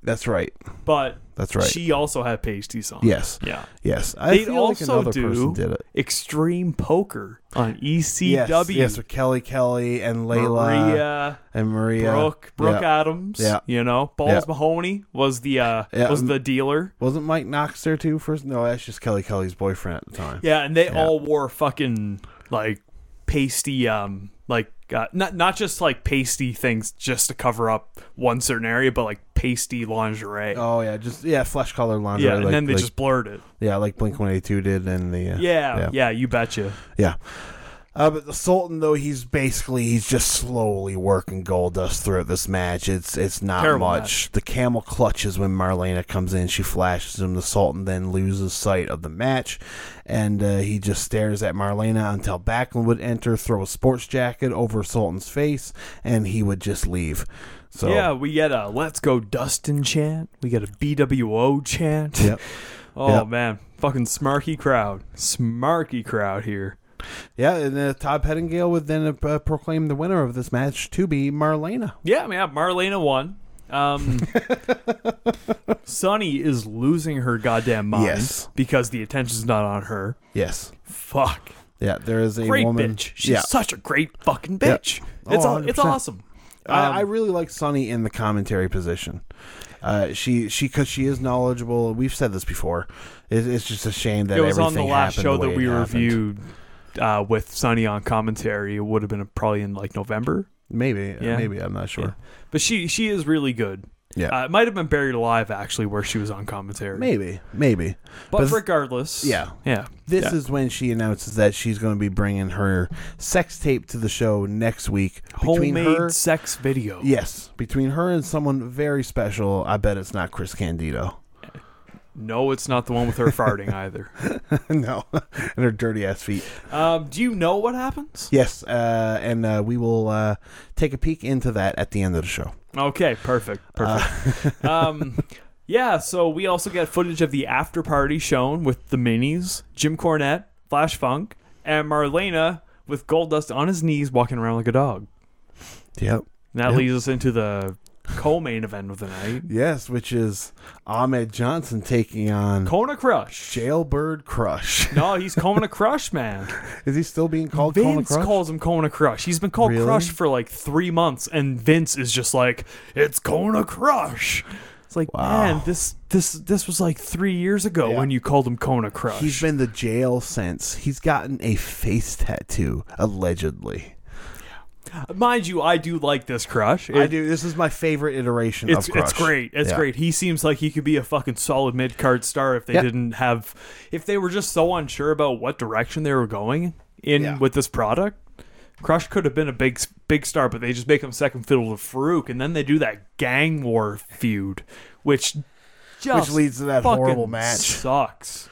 S1: That's right.
S2: but
S1: That's right.
S2: She also had pasties on.
S1: Yes.
S2: yeah.
S1: Yes. I
S2: They
S1: feel like
S2: also
S1: another person
S2: do
S1: did it.
S2: extreme poker on E ECW.
S1: Yes. Yes. With Kelly Kelly and Layla
S2: Maria,
S1: and Maria
S2: Brooke, Brooke
S1: Yeah.
S2: Adams.
S1: Yeah.
S2: you know, Balls
S1: Yeah.
S2: Mahoney was the uh,
S1: Yeah,
S2: was
S1: um,
S2: the dealer.
S1: Wasn't Mike Knox there too? First, no, that's just Kelly Kelly's boyfriend at the time.
S2: Yeah, and they all wore fucking like pasty, um, like uh, not not just like pasty things just to cover up one certain area, but like pasty lingerie.
S1: Oh yeah, just yeah, flesh color lingerie.
S2: yeah, and
S1: like-
S2: then they
S1: like-
S2: just blurred it.
S1: yeah, like Blink One Eighty Two did, and the uh,
S2: Yeah, yeah,
S1: yeah,
S2: you betcha.
S1: yeah. Uh, but the Sultan though, he's basically he's just slowly working Goldust throughout this match. It's it's not
S2: Terrible
S1: much. The camel clutches when Marlena comes in. She flashes him. The Sultan then loses sight of the match, and uh, he just stares at Marlena until Backlund would enter, throw a sports jacket over Sultan's face, and he would just leave. So
S2: Yeah, we get a "Let's Go Dustin" chant. We get a BWO chant.
S1: Yep.
S2: oh
S1: Yep.
S2: man, fucking smarky crowd, smarky crowd here.
S1: Yeah, and uh, Todd Pettingale would then uh, proclaim the winner of this match to be Marlena.
S2: Yeah, yeah, Marlena won. Um, Sonny is losing her goddamn mind
S1: Yes.
S2: because the attention's not on her.
S1: Yes.
S2: Fuck.
S1: Yeah, there is a
S2: Great
S1: woman.
S2: bitch. She's
S1: yeah.
S2: such a great fucking
S1: Yeah.
S2: bitch.
S1: Oh,
S2: It's aw- it's
S1: 100%.
S2: awesome.
S1: I, I
S2: Um,
S1: really like Sunny in the commentary position. Uh, she she because she is knowledgeable. We've said this before. It, it's just a shame that
S2: It was on the
S1: everything
S2: last
S1: happened
S2: show
S1: the way
S2: that
S1: it
S2: we
S1: happened.
S2: reviewed uh, with Sonny on commentary. It would have been probably in like November.
S1: Maybe uh,
S2: Yeah.
S1: maybe I'm not sure.
S2: But she she is really good.
S1: Yeah.
S2: Uh, it might have been buried alive actually where she was on commentary.
S1: Maybe maybe.
S2: But
S1: But
S2: regardless.
S1: Yeah.
S2: Yeah.
S1: This
S2: yeah.
S1: is when she announces that she's going to be bringing her sex tape to the show next week. Between
S2: homemade
S1: her-
S2: sex video.
S1: Yes, between her and someone very special. I bet it's not Chris Candido.
S2: No, it's not the one with her farting either.
S1: no, and her dirty ass feet.
S2: Um, do you know what happens?
S1: Yes, uh, and uh, we will uh, take a peek into that at the end of the show.
S2: Okay, perfect,
S1: Uh,
S2: perfect. um, yeah, so we also get footage of the after party shown with the minis, Jim Cornette, Flash Funk, and Marlena with gold dust on his knees walking around like a dog.
S1: Yep.
S2: And that
S1: Yep.
S2: leads us into the co-main event of the night,
S1: Yes, which is Ahmed Johnson taking on
S2: Kona Crush.
S1: Jailbird Crush.
S2: No, he's Kona Crush, man.
S1: is he still being called Kona
S2: Vince
S1: Crush?
S2: calls him Kona Crush. He's been called
S1: Really?
S2: Crush for like three months, and Vince is just like, "It's Kona Crush." It's It's like, man, this this this was like three years ago
S1: Yeah.
S2: when you called him Kona Crush.
S1: He's been to jail since. He's gotten a face tattoo, allegedly.
S2: Mind you, I do like this Crush.
S1: I
S2: It-
S1: do. This is my favorite iteration
S2: It's,
S1: of Crush.
S2: it's great. It's
S1: Yeah.
S2: great. He seems like he could be a fucking solid mid card star if they
S1: Yeah.
S2: didn't have, if they were just so unsure about what direction they were going in
S1: Yeah.
S2: with this product. Crush could have been a big big star, but they just make him second fiddle to Farouk, and then they do that gang war feud, which just
S1: leads to that
S2: fucking
S1: horrible match.
S2: Sucks.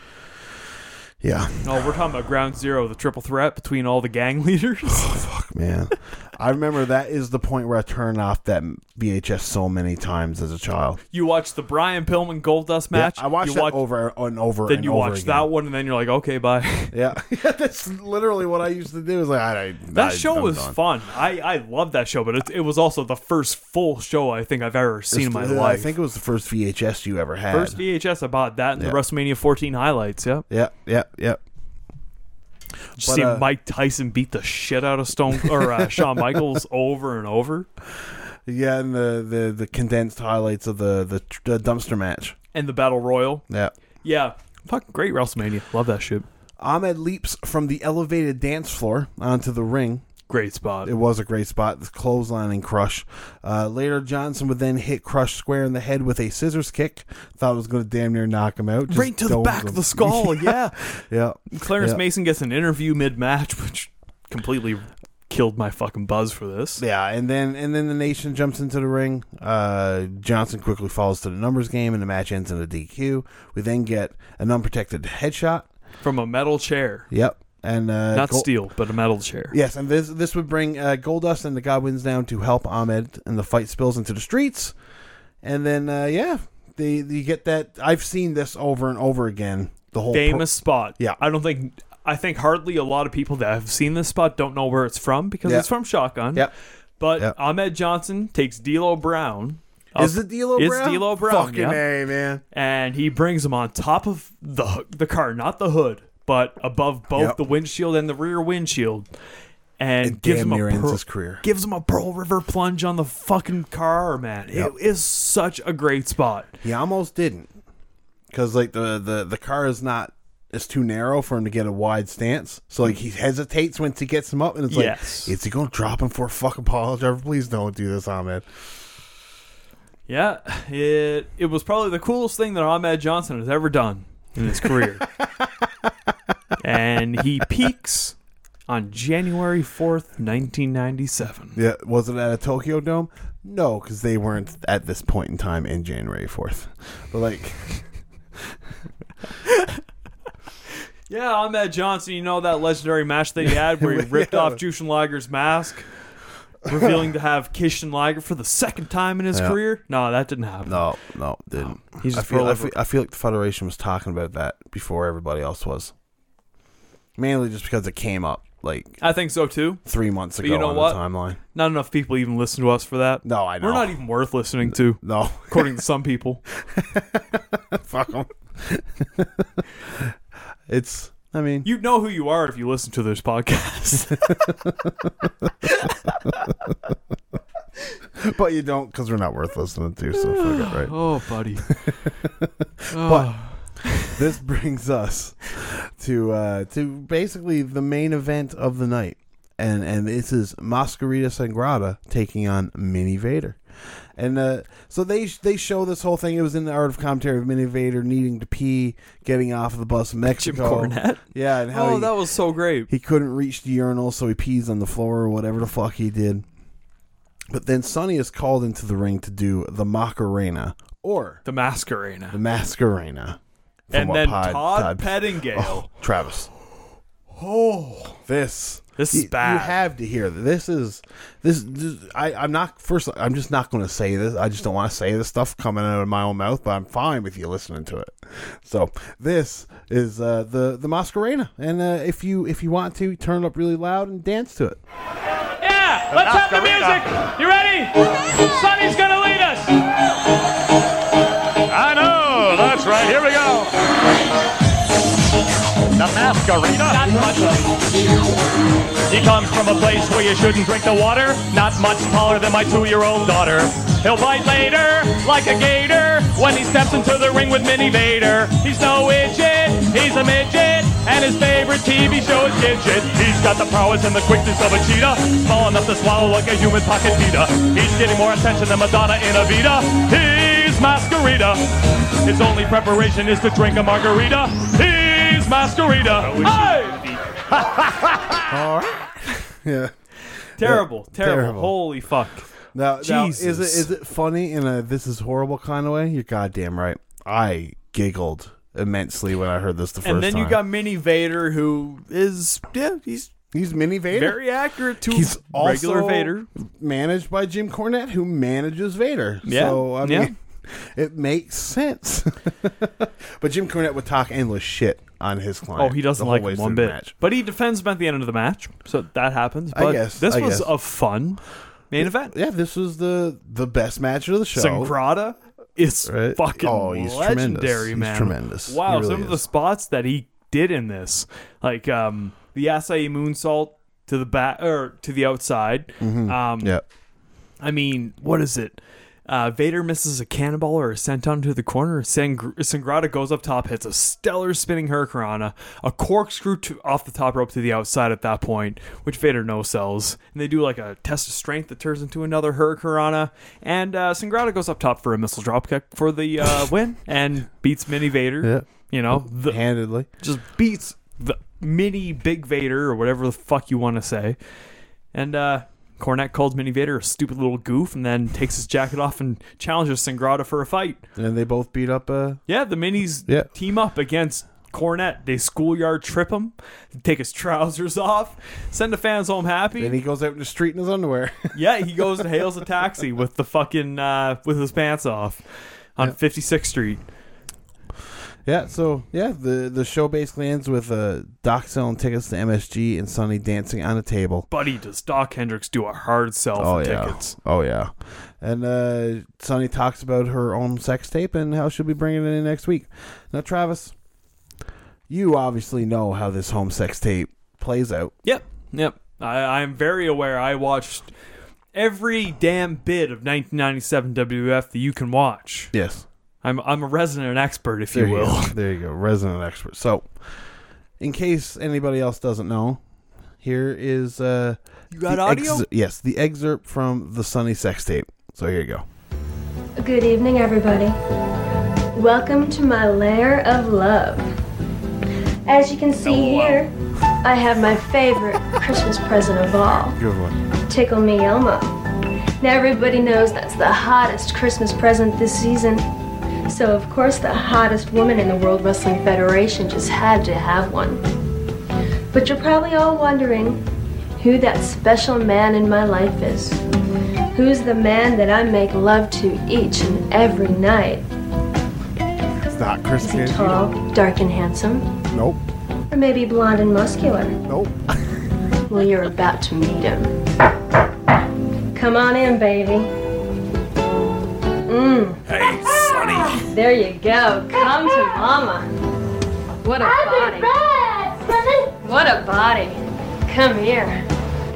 S1: Yeah.
S2: No, we're talking about Ground Zero, the triple threat between all the gang leaders.
S1: Fuck, man. I remember that is the point where I turned off that VHS so many times as a child.
S2: you watch the Brian Pillman Goldust match.
S1: Yeah, I watched
S2: you
S1: that
S2: watch-
S1: over and over
S2: Then
S1: and
S2: you
S1: over
S2: watch
S1: again.
S2: that one, and then you're like, okay, bye.
S1: Yeah. That's literally what I used to do. Is like, I, I,
S2: That
S1: I-
S2: show
S1: I'm
S2: was
S1: done.
S2: fun. I, I loved that show, but it, it was also the first full show I think I've ever seen in my life.
S1: I think it was the first VHS you ever had.
S2: first VHS I bought that and
S1: Yeah.
S2: the WrestleMania 14 highlights. Yeah,
S1: yeah, yeah, yeah.
S2: Did
S1: But,
S2: you see
S1: uh,
S2: Mike Tyson beat the shit out of Stone or uh, Shawn Michaels over and over,
S1: Yeah, and the, the, the condensed highlights of the, the, tr- the dumpster match.
S2: and the Battle Royal.
S1: Yeah.
S2: Yeah, fuck, great WrestleMania. Love that shit.
S1: Ahmed leaps from the elevated dance floor onto the ring.
S2: Great spot.
S1: It was a great spot, the clothesline and crush. Uh, later, Johnson would then hit Crush square in the head with a scissors kick. Thought it was going to damn near knock him out. Just
S2: right to the
S1: domed
S2: back
S1: him.
S2: of the skull. yeah,
S1: yeah.
S2: Clarence
S1: Yeah.
S2: Mason gets an interview mid match, which completely killed my fucking buzz for this.
S1: Yeah, and then and then the nation jumps into the ring. Uh, Johnson quickly falls to the numbers game, and the match ends in a DQ. We then get an unprotected headshot.
S2: From a metal chair,
S1: Yep, and uh,
S2: not
S1: Gol-
S2: steel, but a metal chair.
S1: Yes, and this this would bring uh, Goldust and the Godwins down to help Ahmed, and the fight spills into the streets. And then, uh, yeah, they, they get that. I've seen this over and over again. The whole pro-
S2: famous spot.
S1: Yeah.
S2: I don't think I think hardly a lot of people that have seen this spot don't know where it's from because
S1: Yeah.
S2: it's from Shotgun.
S1: Yep.
S2: But
S1: Yep.
S2: Ahmed Johnson takes D'Lo Brown. up-
S1: is it D'Lo
S2: is
S1: Brown?
S2: D'Lo Brown?
S1: Fucking
S2: yeah.
S1: a man.
S2: And he brings him on top of the ho- the car, not the hood, but above both
S1: Yep.
S2: the windshield and the rear windshield. And
S1: It
S2: gives
S1: damn
S2: him a
S1: near ends
S2: pearl-
S1: his career.
S2: Gives him a Pearl River plunge on the fucking car, man.
S1: Yep.
S2: It is such a great spot.
S1: He almost didn't, because like the, the the car is not. It's too narrow for him to get a wide stance, so like he hesitates once he gets him up, and it's like,
S2: Yes.
S1: is he gonna drop him for a fucking pile driver? Please don't do this, Ahmed.
S2: Yeah, it it was probably the coolest thing that Ahmed Johnson has ever done in his career. and he peaks on January 4th, 1997.
S1: Yeah, was it at a Tokyo Dome? No, because they weren't at this point in time in January fourth. But like,
S2: Yeah, Ahmed Johnson, you know that legendary match that he had where he ripped
S1: Yeah.
S2: off Jushin Liger's mask, revealing to have Kishin Liger for the second time in his
S1: Yeah.
S2: career? No, that didn't happen.
S1: no, no, didn't.
S2: He's
S1: I
S2: just
S1: feel, I
S2: pro-
S1: feel, I feel like the Federation was talking about that before everybody else was. Mainly just because it came up like
S2: I think so too.
S1: three months ago
S2: you know
S1: on
S2: what?
S1: the timeline.
S2: Not enough people even listen to us for that.
S1: No, I know.
S2: We're not even worth listening to,
S1: No,
S2: according to some people.
S1: fuck 'em. it's. I mean,
S2: You know who you are if you listen to this podcast.
S1: but you don't because we're not worth listening to. So fuck it, right?
S2: oh, buddy.
S1: But this brings us to uh, to basically the main event of the night, and and this is Masquerita Sangrada taking on Mini Vader, and uh, so they they show this whole thing. It was in the art of commentary of Mini Vader needing to pee, getting off of the bus in
S2: Jim
S1: Mexico.
S2: Cornette.
S1: yeah, and how
S2: Oh,
S1: he,
S2: that was so great.
S1: he couldn't reach the urinal, so he pees on the floor or whatever the fuck he did. But then Sonny is called into the ring to do the Macarena or
S2: The Masquerina.
S1: the Mascarena. from
S2: and
S1: what
S2: then
S1: pod-
S2: Todd,
S1: Todd-
S2: Pettingale.
S1: Travis. Oh, this
S2: This
S1: you,
S2: is bad.
S1: You have to hear that. This is this. this I, I'm not. First, I'm just not going to say this. I just don't want to say this stuff coming out of my own mouth. But I'm fine with you listening to it. So this is uh, the the Masquerena, and uh, if you if you want to turn it up really loud and dance to it.
S4: Yeah, let's have the music. You ready? Sonny's gonna lead us.
S3: I know. That's right. Here we go. The Masquerina.
S4: Not much. He comes from a place where you shouldn't drink the water. Not much taller than my two-year-old daughter. He'll bite later, like a gator, when he steps into the ring with Mini Vader. He's no widget, he's a midget, and his favorite TV show is Gidget. He's got the prowess and the quickness of a cheetah, small enough to swallow like a human pocket pita. He's getting more attention than Madonna in a Vita. He's Masquerita. His only preparation is to drink a margarita. He's Masquerita. Hey!
S1: Yeah.
S2: Terrible, terrible,
S1: terrible.
S2: Holy fuck.
S1: Now, now is it
S2: Jesus.
S1: is it funny in a this is horrible kind of way? You're goddamn right. I giggled immensely when I heard this the first time.
S2: and then you got Mini Vader, who is yeah, he's
S1: he's mini Vader.
S2: very accurate to
S1: He's
S2: regular
S1: also
S2: Vader.
S1: managed by Jim Cornette, who manages Vader.
S2: Yeah,
S1: So I mean,
S2: yeah.
S1: it makes sense. but Jim Cornette would talk endless shit on his
S2: Oh,
S1: client.
S2: he
S1: the
S2: doesn't
S1: whole
S2: like
S1: way
S2: him
S1: through
S2: one
S1: the
S2: bit.
S1: match.
S2: But he defends him at the end of the match, so that happens.
S1: I
S2: But
S1: guess,
S2: this
S1: I
S2: was
S1: guess.
S2: a fun main event.
S1: Yeah, this was the the best match of the show.
S2: Sangrada is
S1: Right?
S2: fucking
S1: Oh, he's tremendous.
S2: legendary,
S1: He's
S2: man.
S1: tremendous. He
S2: Wow,
S1: really
S2: some of the
S1: is.
S2: spots that he did in this, like um, the acai moonsault to the back or to the outside. Um,
S1: Mm-hmm. Yeah.
S2: I mean, what is it? Uh, Vader misses a cannonball or a senton to the corner. Sang- Sangrada goes up top, hits a stellar spinning hurricanrana, a corkscrew to- off the top rope to the outside at that point, which Vader no sells. And they do like a test of strength that turns into another hurricanrana. And uh, Sangrada goes up top for a missile dropkick for the uh, win and beats Mini Vader.
S1: Yeah.
S2: You know, the,
S1: Handedly.
S2: just beats the mini Big Vader or whatever the fuck you want to say. And uh Cornette calls Mini Vader a stupid little goof and then takes his jacket off and challenges Sangrada for a fight.
S1: And then they both beat up uh
S2: Yeah, the minis
S1: Yeah.
S2: team up against Cornette. They schoolyard trip him, take his trousers off, send the fans home happy.
S1: and he goes out in the street in his underwear.
S2: yeah, he goes and hails a taxi with the fucking uh with his pants off on 56th Street.
S1: Yeah, so yeah, the the show basically ends with uh, Doc selling tickets to MSG and Sonny dancing on a table.
S2: Buddy, does Doc Hendricks do a hard sell for
S1: Oh yeah,
S2: tickets?
S1: oh yeah, and uh, Sonny talks about her own sex tape and how she'll be bringing it in next week. Now, Travis, you obviously know how this home sex tape plays out.
S2: Yep, yep. I, I'm very aware. I watched every damn bit of 1997 WF that you can watch.
S1: Yes,
S2: I'm I'm a resident expert, if
S1: there
S2: you will.
S1: go. There you go, resident expert. So, in case anybody else doesn't know, here is uh,
S2: You got
S1: the
S2: audio?
S1: ex- yes, the excerpt from the Sonny sex tape. So here you go.
S8: Good evening, everybody. Welcome to my lair of love. As you can see here, I have my favorite Christmas present of all
S1: Good one.
S8: Tickle Me Elmo. Now, everybody knows that's the hottest Christmas present this season. So, of course, the hottest woman in the World Wrestling Federation just had to have one. But you're probably all wondering who that special man in my life is. Who's the man that I make love to each and every night?
S1: It's not Chris
S8: Is he tall, dark, and handsome?
S1: Nope.
S8: Or maybe blonde and muscular?
S1: Nope.
S8: Well, you're about to meet him. Come on in, baby. Mmm. Hey, Sonny. There you go. Come to mama. What a body. What a body. Come here.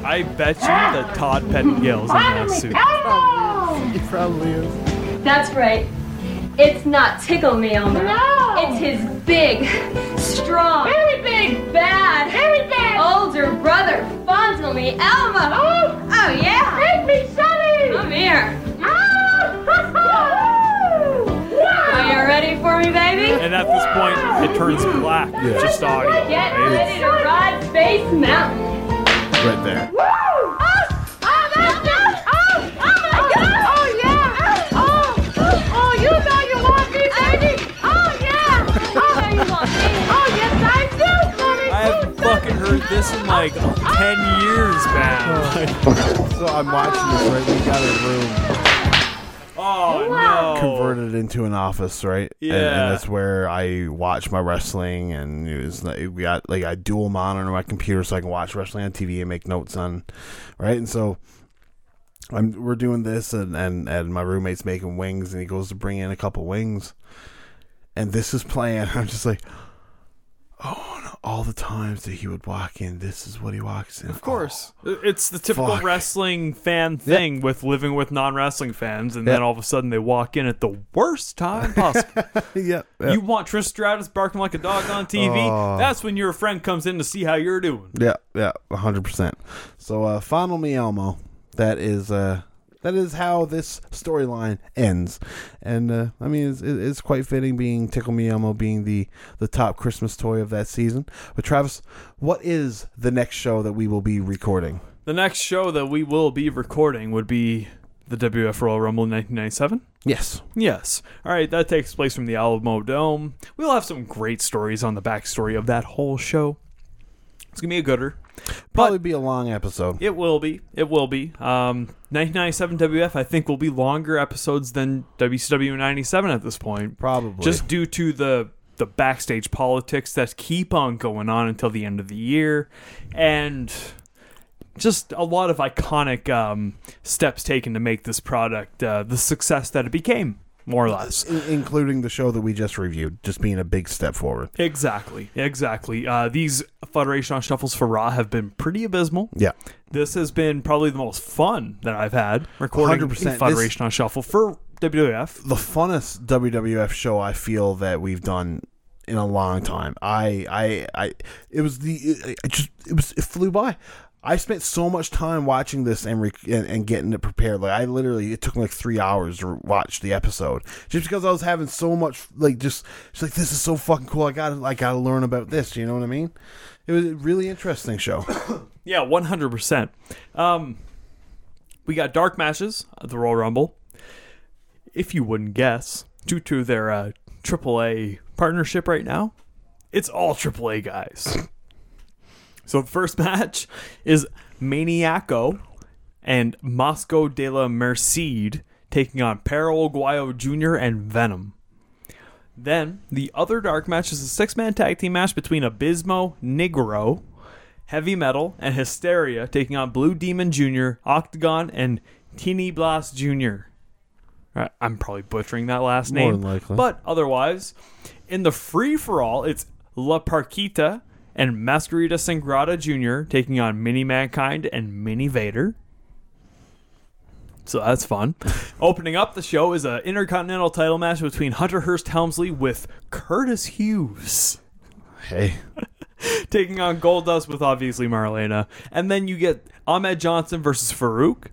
S2: I bet you that Todd Pettingale's in that suit.
S1: He probably is.
S8: That's right. It's not Tickle Me Elmo. No. It's his big, strong, very big, bad, very bad, older brother, Fondle Me Elmo. Oh, oh yeah. Take me, Sonny. Come here. Are you ready for me, baby?
S2: And at this point, it turns black. with Just audio.
S8: Get
S2: right?
S8: ready to ride Space Mountain.
S1: Right there.
S8: Woo! Oh, oh, that's it. Oh, oh my God. Oh, yeah. Oh, oh, oh, you know you want me, baby. Oh, yeah. Oh, you want me. Oh, yes, I do, honey.
S2: I haven't fucking heard this in like 10 years, man. Like,
S1: So I'm watching this, right? We got a room
S2: oh, no.
S1: converted into an office, right? And- And,
S2: Yeah.
S1: that's where I watch my wrestling, and it was like, we got like I dual monitor my computer so I can watch wrestling on TV and make notes on, right? And so. I'm, we're doing this, and, and, and my roommate's making wings, and he goes to bring in a couple wings, and this is playing. I'm just like, oh all the times that he would walk in, this is what he walks in.
S2: Of course. It's the typical
S1: Fuck.
S2: wrestling fan thing with living with non wrestling fans, and then
S1: Yeah.
S2: all of a sudden they walk in at the worst time possible.
S1: yeah.
S2: You want Trish Stratus barking like a dog on TV? That's when your friend comes in to see how you're doing.
S1: Yeah, yeah, hundred percent. So uh Fondle Me Elmo. That is uh that is how this storyline ends, and uh, I mean it's, it- it's quite fitting being Tickle Me Elmo being the the top Christmas toy of that season. But Travis, what is the next show that we will be recording?
S2: The next show that we will be recording would be the WF Royal Rumble in 1997.
S1: Yes,
S2: Yes. All right, that takes place from the Alamo Dome. We'll have some great stories on the backstory of that whole show. It's going to be a gooder.
S1: probably
S2: But
S1: be a long episode.
S2: it will be. It will be. Um, 1997 WF, I think, will be longer episodes than WCW 97 at this point.
S1: Probably.
S2: Just due to the the backstage politics that keep on going on until the end of the year. And just a lot of iconic um, steps taken to make this product uh, the success that it became, more or less.
S1: In- including the show that we just reviewed, just being a big step forward.
S2: Exactly, exactly. Uh, these Federation on Shuffles for Raw have been pretty abysmal.
S1: Yeah,
S2: This has been probably the most fun that I've had recording
S1: 100%.
S2: Federation on Shuffle for WWF.
S1: the funnest WWF show I feel that we've done in a long time. I I I it was the it, it just it was it flew by. I spent so much time watching this and, rec- and and getting it prepared. Like I literally, it took me like three hours to watch the episode just because I was having so much like just, just like this is so fucking cool. I gotta I gotta learn about this. You know what I mean? It was a really interesting show.
S2: Yeah, one hundred percent. Um, we got dark matches at the Royal Rumble. If you wouldn't guess, due to their uh, AAA partnership right now, it's all AAA guys. so the first match is Maniaco and Mosco de la Merced taking on Peril Guayo Jr. and Venom. Then the other dark match is a six-man tag team match between Abismo, Negro, Heavy Metal, and Hysteria taking on Blue Demon Jr., Octagon, and Teeny Blast Jr. Alright, I'm probably butchering that last
S1: More than
S2: name.
S1: likely.
S2: But otherwise, in the free for all, it's La Parquita and Masquerita Sangrada Jr. taking on Mini Mankind and Mini Vader. So that's fun. Opening up the show is an intercontinental title match between Hunter Hearst Helmsley with Curtis Hughes
S1: Hey,
S2: taking on Goldust with obviously Marlena. And then you get Ahmed Johnson versus Farouk.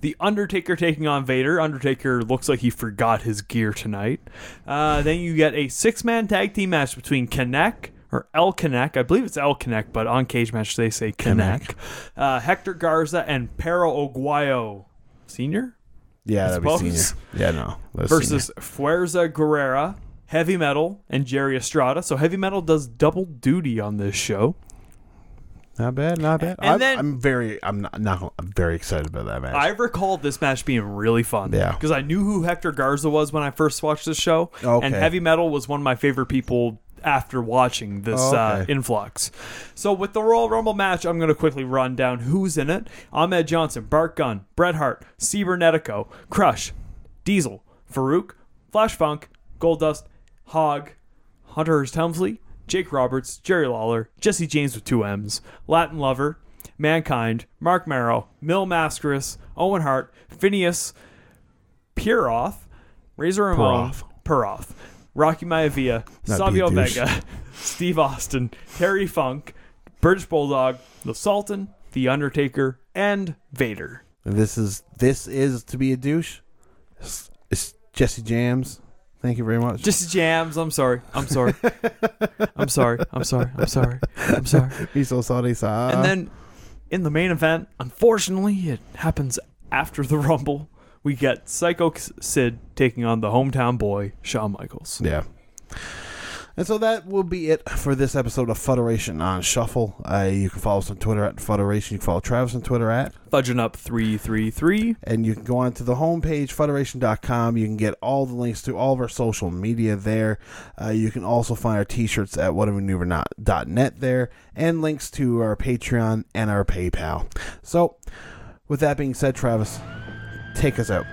S2: The Undertaker taking on Vader. Undertaker looks like he forgot his gear tonight. Uh, then you get a six man tag team match between Kanek or El Kanek. I believe it's El Kanek, but on Cage Match they say Kanek. Uh, Hector Garza and Pero Oguayo Sr.
S1: yeah, that'd be
S2: Suppose.
S1: senior. Yeah, no, that's
S2: versus Fuerza Guerrera, Heavy Metal, and Jerry Estrada. So Heavy Metal does double duty on this show.
S1: senior. not bad, not bad.
S2: And
S1: I'm,
S2: then-
S1: I'm very, I'm not, not, gonna- I'm very excited about that match.
S2: I recall this match being really fun.
S1: Yeah.
S2: Because I knew who Hector Garza was when I first watched this show.
S1: Okay.
S2: And Heavy Metal was one of my favorite people after watching this
S1: Okay.
S2: uh, influx. So with the Royal Rumble match, I'm going to quickly run down who's in it. Ahmed Johnson, Bart Gunn, Bret Hart, Cibernetico, Crush, Diesel, Farouk, Flash Funk, Goldust, Hog, Hunter Hearst Helmsley, Jake Roberts, Jerry Lawler, Jesse James with two M's, Latin Lover, Mankind, Mark Merrow, Mil Mascaris, Owen Hart, Phineas, Puroth, Razor Ramon,
S1: Puroff.
S2: Puroff, Rocky Maivia,
S1: That'd
S2: Savio
S1: be a douche.
S2: Vega, Steve Austin, Terry Funk, British Bulldog, The Sultan, The Undertaker, and Vader.
S1: This is this is to be a douche. It's, it's Jesse Jams. Thank you very much.
S2: Just jams. I'm sorry. I'm sorry. I'm sorry. I'm sorry. I'm sorry. I'm sorry.
S1: Be so sorry, sir.
S2: And then in the main event, unfortunately, it happens after the Rumble. We get Psycho Sid taking on the hometown boy, Shawn Michaels.
S1: yeah. And so that will be it for this episode of Federation on Shuffle. Uh, you can follow us on Twitter at Federation. You can follow Travis on Twitter at
S2: Fudging up 333.
S1: and you can go on to the homepage federation.com you can get all the links to all of our social media there uh, you can also find our t-shirts at whatamaneuver.net there and links to our patreon and our paypal so with that being said travis take us out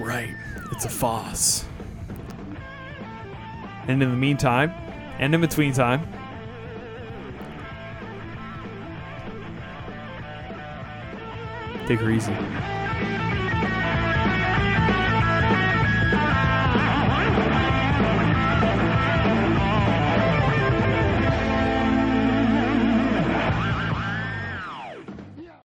S2: Right. It's a Foss. And in the meantime, and in between time, Take her easy.